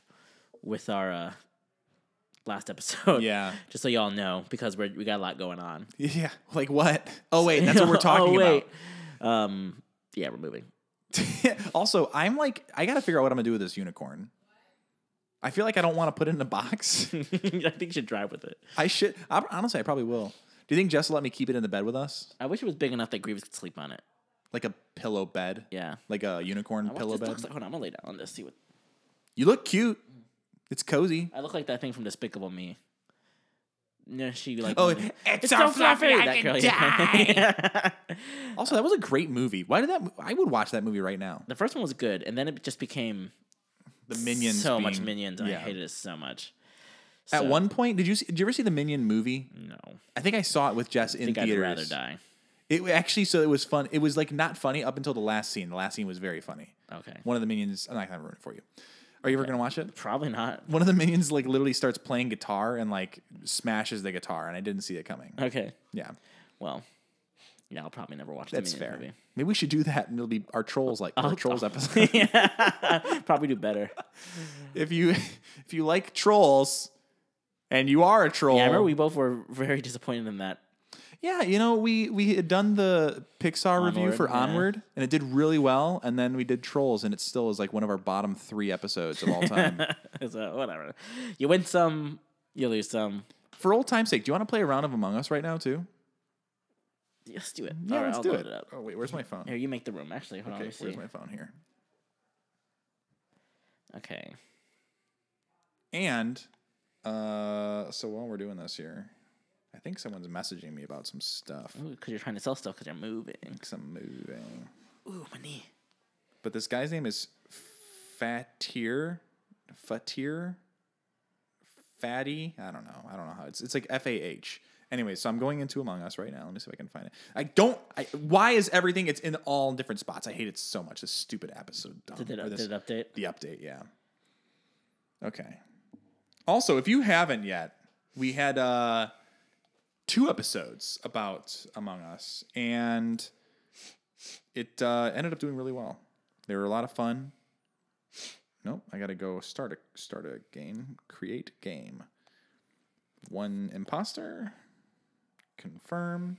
A: with our uh, last episode.
B: Yeah.
A: Just so y'all know, because we're, we got a lot going on.
B: Yeah. Like what? Oh wait, that's what we're
A: Oh,
B: talking
A: wait. Um, yeah, we're moving.
B: about. also, I'm like, I gotta figure out what I'm gonna do with this unicorn. I feel like I don't want to put it in a box.
A: I think you should drive with it.
B: I should. I, honestly, I probably will. Do you think Jess will let me keep it in the bed with us,
A: I wish it was big enough that Grievous could sleep on it.
B: like a pillow bed?
A: Yeah.
B: Like a unicorn
A: I want-
B: pillow
A: this
B: bed.
A: looks like, hold on, I'm gonna lay down on this. See what
B: you look cute. It's cozy.
A: I look like that thing from Despicable Me. No, she like.
B: Oh,
A: went,
B: it's so fluffy, I can
A: yeah.
B: Also, that was a great movie. Why did that? mo- I would watch that movie right now.
A: the first one was good, and then it just became
B: The minions.
A: So much
B: being-
A: minions, and I
B: yeah.
A: hated it so much.
B: At
A: So,
B: one point, did you see, did you ever see the Minion movie?
A: no, I
B: I think I saw it with Jess in
A: think I'd
B: theaters.
A: rather die.
B: It actually, so it was fun. It was like not funny up until the last scene. The last scene was very funny.
A: Okay,
B: One of the minions. I'm not gonna ruin it for you. Are you ever gonna watch it?
A: Probably not.
B: One of the minions like literally starts playing guitar and like smashes the guitar, and I didn't see it coming.
A: Okay.
B: Yeah,
A: Well, yeah, I'll probably never watch the
B: that's
A: Minions
B: fair.
A: movie.
B: Maybe we should do that, and it'll be our trolls like our trolls episode.
A: yeah, probably do better.
B: if you if you like trolls, and you are a troll,
A: Yeah, I remember we both were very disappointed in that.
B: Yeah, you know, we we had done the Pixar review
A: Onward,
B: for
A: yeah.
B: Onward, and it did really well. And then we did Trolls, and it still is like one of our bottom three episodes of all time.
A: so uh, whatever. You win some, you lose some.
B: for old time's sake, do you want to play a round of Among Us right now too?
A: Yeah, Let's do it.
B: Yeah,
A: All right,
B: let's
A: I'll
B: do
A: load
B: it.
A: up.
B: Oh wait, where's my phone?
A: Here, you make the room. Actually, hold on.
B: okay,
A: Let me
B: where's
A: see.
B: my phone here?
A: Okay.
B: And uh, so while we're doing this here, I think someone's messaging me about some stuff.
A: Because you're trying to sell stuff because you're moving.
B: Some moving,
A: Ooh, my knee.
B: but this guy's name is Fatir, Fatir. fatty. I don't know. I don't know how it's. It's like F A H. Anyway, so I'm going into Among Us right now. Let me see if I can find it. I don't. I, why is everything? It's in all different spots. I hate it so much. This stupid episode. Dumb,
A: Did it,
B: Or
A: up,
B: Oh, this-
A: did it update?
B: the update, yeah. Okay. Also, if you haven't yet, we had uh, two episodes about Among Us, and it uh, ended up doing really well. They were a lot of fun. Nope, I gotta go start a start a game, create game. One imposter, confirm.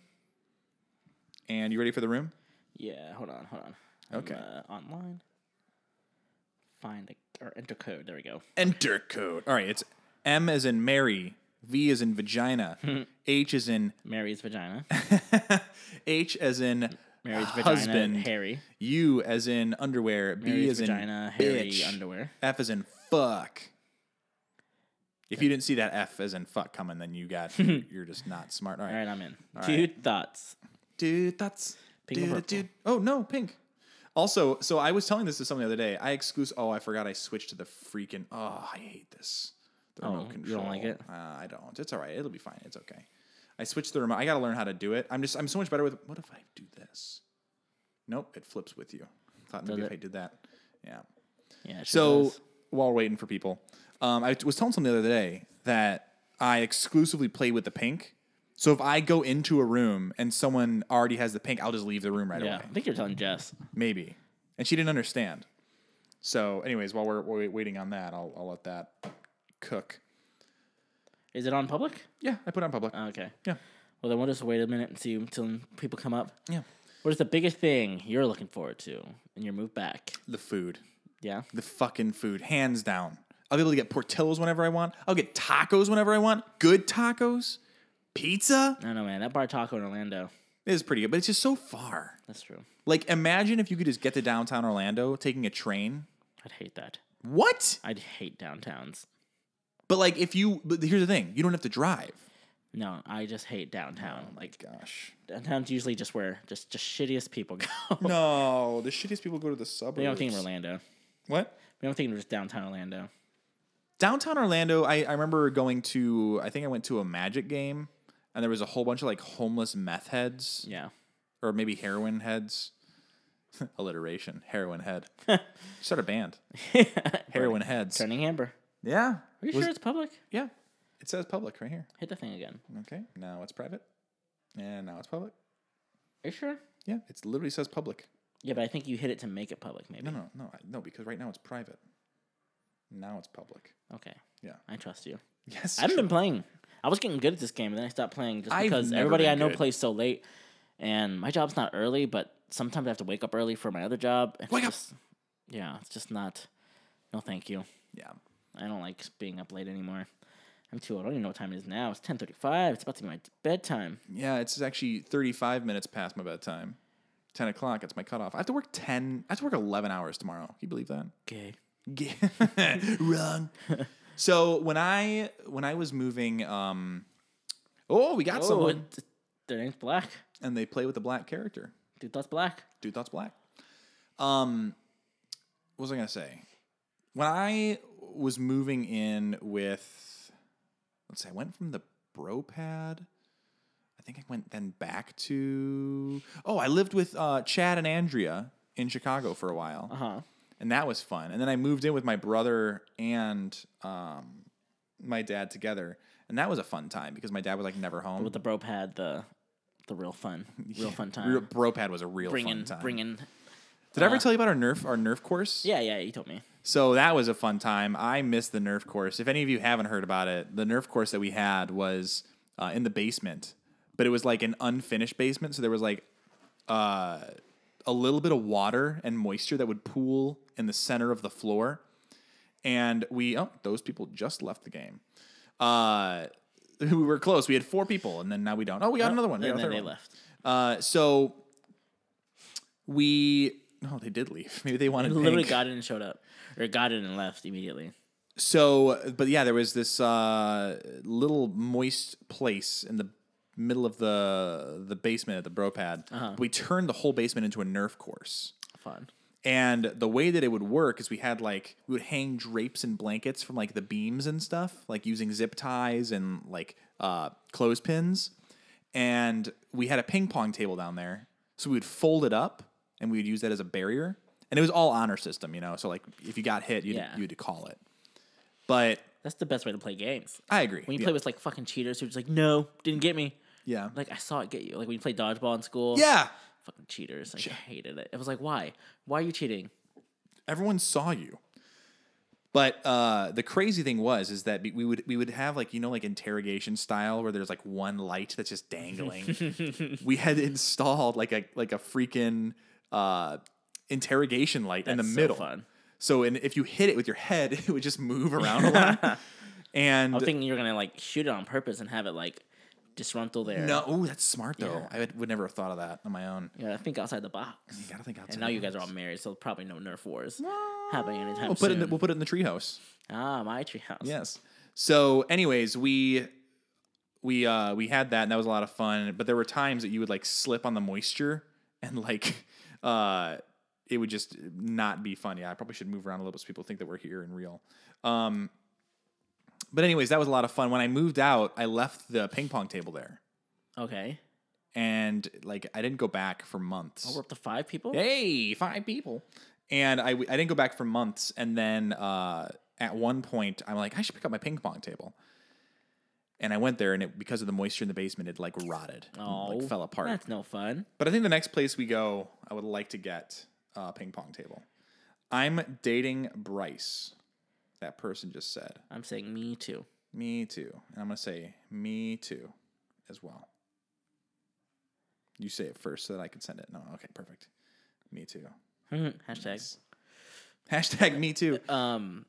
B: And you ready for the room?
A: Yeah, hold on, hold on.
B: Okay.
A: uh, online. Find a, or enter code. There we go.
B: Enter code. All right, it's M as in Mary, V as in vagina, H as in
A: Mary's vagina.
B: H as in
A: Mary's
B: husband,
A: vagina. Harry.
B: U as in underwear, B
A: Mary's
B: as
A: vagina.
B: in
A: Harry
B: bitch,
A: underwear.
B: F as in fuck. If you didn't see that F as in fuck coming, then you got you're just not smart. All right,
A: All right, I'm in.
B: All
A: Two thoughts.
B: dude, that's
A: Pink or
B: dude,
A: purple?
B: dude. Oh no, pink. Also, so I was telling this to someone the other day. I excuse. Oh, I forgot. I switched to the freaking. Oh, I hate this. The
A: Oh,
B: remote
A: you
B: control.
A: don't like it?
B: Uh, I don't. It's all right. It'll be fine. It's okay. I switched the remote. I got to learn how to do it. I'm just. I'm so much better with. What if I do this? Nope. It flips with you. Thought maybe
A: Does
B: if
A: it?
B: I did that. Yeah.
A: Yeah. it sure
B: So
A: does.
B: while we're waiting for people, um, I was telling someone the other day that I exclusively play with the pink. So if I go into a room and someone already has the pink, I'll just leave the room right
A: yeah,
B: away.
A: I think you're telling Jess.
B: Maybe. And she didn't understand. So, anyways, while we're, we're waiting on that, I'll, I'll let that cook.
A: Is it on public?
B: Yeah, I put it on public.
A: Okay.
B: yeah.
A: Well, then we'll just wait a minute and see until people come up.
B: Yeah.
A: What is the biggest thing you're looking forward to in your move back?
B: The food.
A: Yeah.
B: The fucking food, hands down. I'll be able to get Portillo's whenever I want. I'll get tacos whenever I want. Good tacos. Pizza
A: I don't know, man. That bar taco in Orlando.
B: is pretty good, but it's just so far.
A: That's true.
B: Like, imagine if you could just get to downtown Orlando taking a train.
A: I'd hate that.
B: What?
A: I'd hate downtowns.
B: But like, if you but here's the thing, you don't have to drive.
A: No, I just hate
B: Oh
A: downtown. Like
B: Gosh,
A: downtown's usually just where just just shittiest people go.
B: no, the shittiest people go to the suburbs.
A: we don't think of Orlando.
B: What?
A: We don't think of just downtown Orlando.
B: Downtown Orlando. I I remember going to. I think I went to a Magic game, and there was a whole bunch of like homeless meth heads,
A: Yeah.
B: or maybe heroin heads. Alliteration, heroin head. Start a band, heroin heads.
A: Turning amber.
B: Yeah.
A: Are you
B: Was-
A: sure it's public?
B: Yeah. It says public right here.
A: Hit the thing again.
B: Okay. Now it's private, and now it's public.
A: Are you sure?
B: Yeah, it literally says public.
A: Yeah, but I think you hit it to make it public, maybe.
B: No, no, no, I- no, because right now it's private. Now it's public.
A: Okay.
B: Yeah.
A: I trust you.
B: Yes.
A: I haven't been playing. I was getting good at this game, and then I stopped playing just
B: I've
A: because
B: never
A: everybody
B: been
A: I know
B: good.
A: plays so late, and my job's not early, but sometimes I have to wake up early for my other job. and it's
B: Wake up!
A: just- Yeah, it's just not. No, thank you.
B: Yeah.
A: I don't like being up late anymore. I'm too old. I don't even know what time it is now. It's 10:35. It's about to be my bedtime.
B: Yeah, it's actually 35 minutes past my bedtime. 10 o'clock, it's my cutoff. I have to work 10, I have to work 11 hours tomorrow. Can you believe that?
A: Okay.
B: G- Wrong. so when I when I was moving, um, oh, we got
A: Oh,
B: someone,
A: it, their name's Black.
B: and they play with the black character.
A: Dude, that's Black.
B: Dude Thoughts Black. Um, what was I gonna say? When I was moving in with, let's say, I went from the bro pad. I think I went then back to. Oh, I lived with uh, Chad and Andrea in Chicago for a while,
A: Uh huh.
B: and that was fun. And then I moved in with my brother and um, my dad together, and that was a fun time because my dad was like never home.
A: With the bro pad, the the real fun, real fun time.
B: Real- Bro pad was a real fun
A: bringing,
B: time.
A: bringing.
B: Did I ever tell you about our Nerf our Nerf course?
A: Yeah, yeah. You told me.
B: So that was a fun time. I missed the Nerf course. If any of you haven't heard about it, the Nerf course that we had was uh, in the basement, but it was like an unfinished basement. So there was like uh, a little bit of water and moisture that would pool in the center of the floor. And we, oh, those people just left the game. Uh, we were close. We had four people, and then now we don't. Oh, we got another one. We
A: And
B: got a
A: then
B: third
A: they
B: one.
A: left.
B: Uh, so we, no, they did leave. Maybe they wanted
A: Literally
B: pink.
A: got in and showed up, or got in and left immediately.
B: So, but yeah, there was this uh, little moist place in the middle of the the basement at the bro pad. We turned the whole basement into a Nerf course.
A: Fun.
B: And the way that it would work is we had like we would hang drapes and blankets from like the beams and stuff, like using zip ties and like uh, clothespins. And we had a ping pong table down there, so we would fold it up and we would use that as a barrier. And it was all honor system, you know. So like if you got hit, you
A: Yeah.
B: you had to call it. But
A: That's the best way to play games.
B: I agree.
A: When you
B: yeah.
A: play with like fucking cheaters who's like, no, didn't get me.
B: yeah,
A: Like I saw it get you. Like when you play dodgeball in school.
B: yeah,
A: Fucking cheaters. Like, I hated it. It was like, why? Why are you cheating?
B: everyone saw you. But uh, the crazy thing was is that we would we would have like you know like interrogation style where there's like one light that's just dangling. we had installed like a like a freaking uh, interrogation light in the
A: That's so
B: middle.
A: fun.
B: So and if you hit it with your head, it would just move around a lot. And
A: I'm thinking you're gonna like shoot it on purpose and have it like disgruntle there.
B: no, ooh, that's smart though. I would, would never have thought of that on my own.
A: Yeah, I think outside the box.
B: You gotta think outside.
A: And now
B: the
A: you guys are
B: box.
A: all married, so probably no Nerf wars happening anytime
B: We'll put it
A: soon.
B: in the, we'll put it in the treehouse.
A: ah, my treehouse.
B: Yes. So, anyways, we we uh we had that and that was a lot of fun. But there were times that you would like slip on the moisture and like uh it would just not be fun. Yeah, I probably should move around a little bit so people think that we're here and real. Um but anyways, that was a lot of fun. When I moved out, I left the ping pong table there.
A: Okay.
B: And like I didn't go back for months.
A: Oh, we're up to five people.
B: Hey, five people. And I, I didn't go back for months. And then uh, at one point, I'm like, I should pick up my ping pong table. And I went there, and it, because of the moisture in the basement, it like rotted, and,
A: Oh,
B: like fell apart.
A: That's no fun.
B: But I think the next place we go, I would like to get a ping pong table. I'm dating Bryce. That person just said,
A: I'm saying me too.
B: "Me too," and I'm gonna say, "Me too," as well. You say it first so that I can send it. No, okay, perfect. Me too.
A: Mm-hmm. Hashtag.
B: Hashtag me too.
A: Um,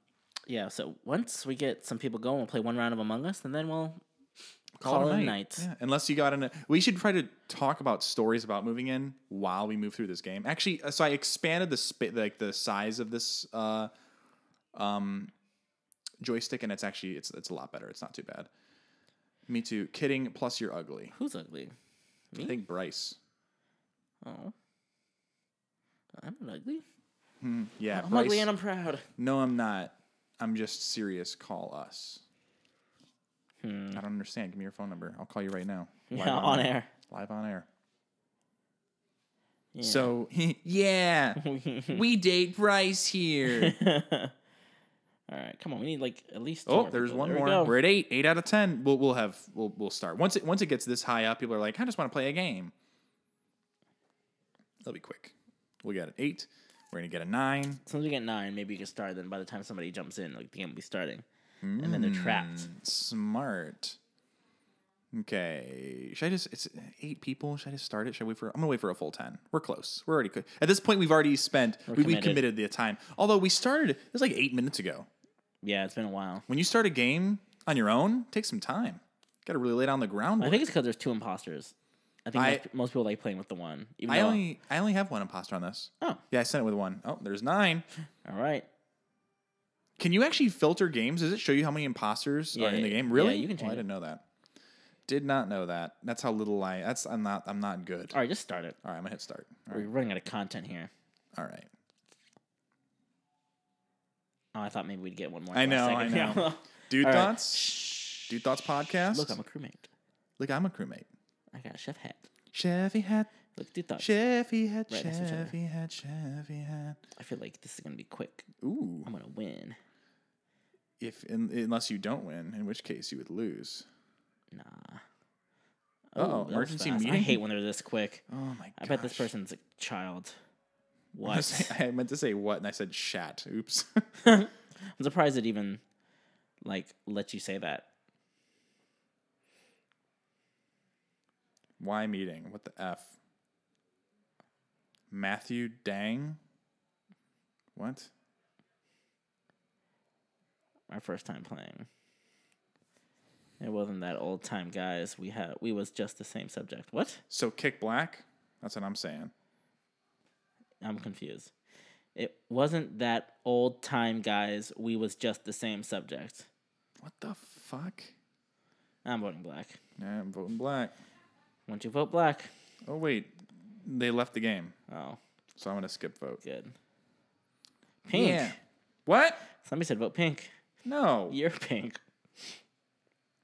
A: yeah. So once we get some people going, we'll play one round of Among Us, and then we'll call, it a night.
B: Yeah, Unless you got in a, we should try to talk about stories about moving in while we move through this game. Actually, uh, so I expanded the spa- like the size of this uh, um, joystick, and it's actually it's it's a lot better. It's not too bad. Me too. Kidding. Plus, you're ugly.
A: Who's ugly?
B: I think Bryce.
A: Oh, I'm not ugly.
B: Yeah,
A: I'm
B: Bryce.
A: ugly and I'm proud.
B: no, I'm not. I'm just serious. Call us. I don't understand. Give me your phone number. I'll call you right now. Live
A: Yeah, Hmm. on
B: air.
A: air.
B: Live on air.
A: Yeah.
B: So yeah, we date Bryce here.
A: all right, come on. We need like at least. two
B: oh,
A: more
B: there's
A: people.
B: one
A: There we
B: more.
A: go.
B: We are at eight. Eight out of ten. We'll we'll have we'll we'll start once it once it gets this high up. People are like, I just want to play a game. That'll be quick. We got an eight. We're gonna get a nine.
A: As soon as we get nine, maybe we can start. Then by the time somebody jumps in, like the game will be starting, and then they're
B: Hmm.
A: trapped.
B: Smart. Okay. Should I just? It's eight people. Should I just start it? Should I wait for? I'm gonna wait for a full ten. We're close. We're already co- at this point. We've already spent. We, we
A: committed.
B: committed the time. Although we started, it was like eight minutes ago.
A: Yeah, it's been a while.
B: when you start a game on your own, take some time. Got to really lay down the
A: I
B: groundwork.
A: think it's because there's two imposters. I think
B: I-
A: most, most people like playing with the one. Even
B: I
A: though,
B: only I only have one imposter on this.
A: Oh,
B: Yeah, I sent it with one. Oh, there's nine.
A: all right.
B: Can you actually filter games? Does it show you how many imposters
A: Yeah,
B: are in the
A: yeah,
B: game?
A: yeah,
B: Really?
A: you can
B: Oh, I
A: change it.
B: didn't know that. Did not know that. That's how little I. That's I'm not I'm not good.
A: All right, just start it.
B: All right, I'm gonna hit start. All right.
A: We're running out of content here.
B: All right.
A: Oh, I thought maybe we'd get one more.
B: I
A: at the last
B: know, I
A: second.
B: know. Dude
A: All right.
B: thoughts. Dude thoughts podcast.
A: Look, I'm a crewmate.
B: Look, I'm a crewmate.
A: I got a chef hat.
B: Chevy hat,
A: Look, deep thoughts.
B: Chevy hat,
A: Right next to each other.
B: Chevy hat, Chevy hat.
A: I feel like this is gonna be quick.
B: Ooh.
A: I'm gonna win.
B: If in, unless you don't win, in which case you would lose.
A: Nah.
B: Uh-oh,
A: that was
B: emergency
A: fast. I
B: meeting?
A: hate when they're this quick.
B: Oh my god.
A: I bet this person's a child.
B: I,
A: What?
B: was- I meant to say what, and I said shat. Oops.
A: I'm surprised it even like let you say that.
B: Why meeting? What the f? Matthew Dang. What?
A: My first time playing. It wasn't that old time, guys. We had we was just the same subject. What?
B: So kick black. That's what I'm saying.
A: I'm confused. It wasn't that old time, guys. We was just the same subject.
B: What the fuck?
A: I'm voting black.
B: Nah, I'm voting black.
A: Once you vote black,
B: Oh wait, they left the game,
A: oh,
B: so I'm gonna skip vote.
A: good. Pink.
B: Yeah. What?
A: Somebody said vote pink.
B: No.
A: You're pink.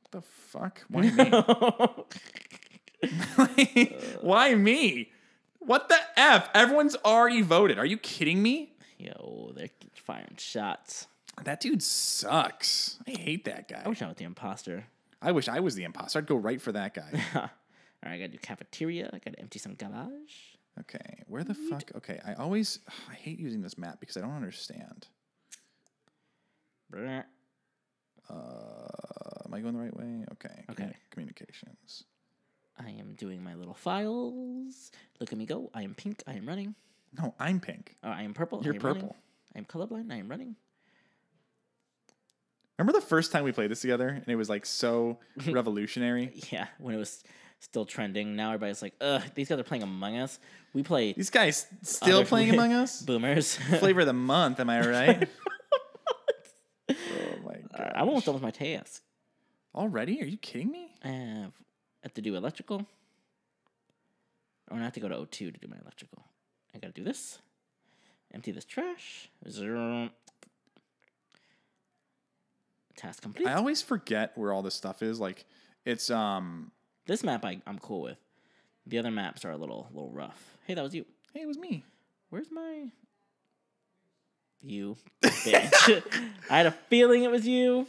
B: What the fuck? Why me? Like, Why me? What the F? Everyone's already voted. Are you kidding me?
A: Yo, they're firing shots.
B: That dude sucks. I hate that guy.
A: I wish I was the imposter.
B: I wish I was the imposter. I'd go right for that guy.
A: All right, I gotta do cafeteria. I gotta empty some garage.
B: okay, where the fuck? Okay, I always I hate using this map because I don't understand.
A: Brr.
B: Uh, am I going the right way? Okay.
A: Okay.
B: communi- Communications.
A: I am doing my little files. Look at me go. I am pink. I am running.
B: No, I'm pink.
A: Oh, I am purple.
B: You're
A: I am running.
B: purple.
A: I am colorblind. I am running.
B: Remember the first time we played this together and it was like so revolutionary?
A: Yeah, when it was still trending. Now everybody's like, ugh, these guys are playing Among Us. We play
B: These guys still
A: other-
B: playing Among Us?
A: boomers.
B: Flavor of the month, am I right? oh my god.
A: I'm almost done with my task.
B: Already? Are you kidding me?
A: I have, I have to do electrical. Or I have to go to O2 to do my electrical. I gotta do this. Empty this trash. Zero. Task complete.
B: I always forget where all this stuff is. Like it's um
A: This map I, I'm cool with. The other maps are a little little rough. Hey, that was you.
B: hey, it was me.
A: Where's my you? Bitch. I had a feeling it was you.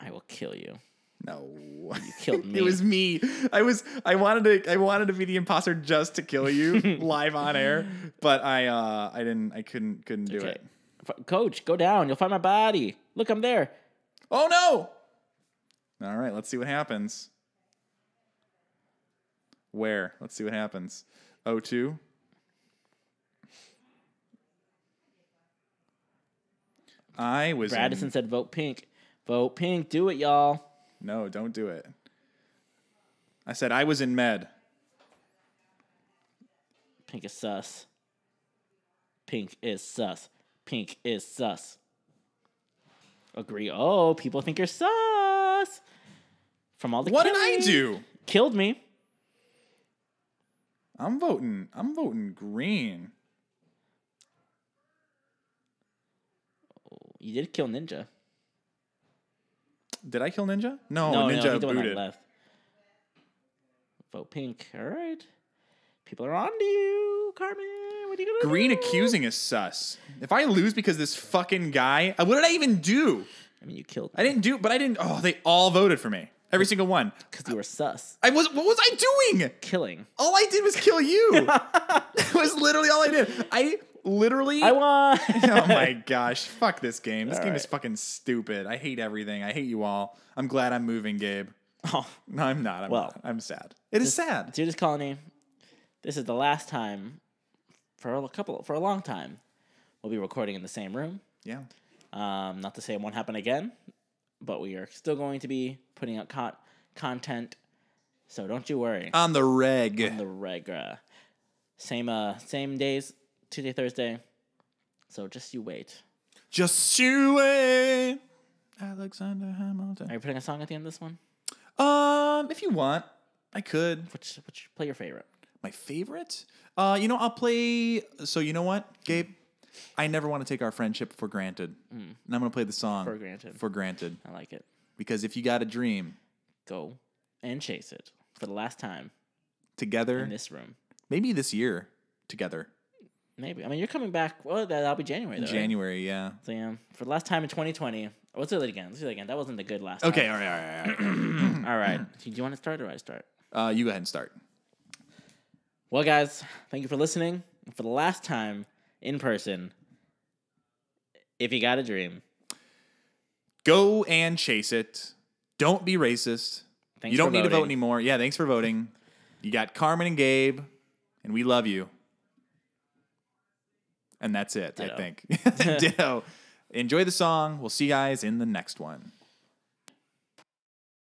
A: I will kill you.
B: No. You
A: killed me.
B: it was me. I was I wanted to I wanted to be the imposter just to kill you live on air, but I uh I didn't I couldn't couldn't do
A: Okay.
B: it.
A: F- Coach, go down. You'll find my body. Look, I'm there.
B: Oh no! All right, let's see what happens. Where? Let's see what happens. O2. I was. in-
A: Bradison said, "Vote pink, vote pink. Do it, y'all."
B: No, don't do it. I said I was in med.
A: Pink is sus. Pink is sus. Pink is sus. Agree. Oh, people think you're sus. From all the
B: What did I
A: killing.
B: do?
A: Killed me.
B: I'm voting. I'm voting green.
A: You did kill Ninja.
B: Did I kill Ninja?
A: no,
B: No,
A: no,
B: Oh, Ninja
A: he's the one that
B: booted.
A: left. Vote pink. All right. People are on to you, Carmen. What are you gonna
B: Green
A: do?
B: accusing is sus. If I lose because this fucking guy, uh, what did I even do?
A: I mean, you killed.
B: I didn't do, but I didn't. Oh, they all voted for me. Every single one.
A: because you were sus.
B: I was. What was I doing?
A: Killing.
B: All I did was kill you. that was literally all I did. I literally.
A: I won.
B: oh my gosh! Fuck this game. This
A: All
B: game is
A: right.
B: fucking stupid. I hate everything. I hate you all. I'm glad I'm moving, Gabe.
A: Oh,
B: No, I'm not. I'm
A: Well,
B: not. I'm sad. It is sad.
A: Judas Colony. This is the last time for a couple for a long time we'll be recording in the same room.
B: Yeah.
A: Um, not to say it won't happen again, but we are still going to be putting out con- content. So don't you worry.
B: On the reg.
A: the regular. Same uh same days, Tuesday, Thursday. So just you wait.
B: Just you wait, Alexander Hamilton.
A: Are you putting a song at the end of this one?
B: Um, if you want, I could.
A: Which which play your favorite?
B: My favorite? Uh, you know, I'll play. So you know what, Gabe? I never want to take our friendship for granted, and I'm gonna play the song
A: Mm. For granted.
B: For granted,
A: I like it.
B: because if you got a dream,
A: Go and chase it. for the last time
B: together.
A: in this room.
B: Maybe this year together.
A: Maybe. I mean, you're coming back. Well, that- that'll be January, though.
B: In
A: right?
B: January, yeah.
A: So, yeah, for the last time in 2020. Let's do that again. Let's do that again. That wasn't the good last
B: Okay,
A: time.
B: all right, all right, all right.
A: All right. Do you want to start or do I start?
B: Uh, you go ahead and start.
A: Well, guys, thank you for listening. For the last time in person, if you got a dream,
B: Go and chase it. Don't be racist.
A: Thanks
B: you don't
A: for
B: need to vote
A: voting.
B: anymore. Yeah, thanks for voting. You got Carmen and Gabe, and we love you. And that's it, I
A: Ditto.
B: think. Ditto. Enjoy the song. We'll see you guys in the next one.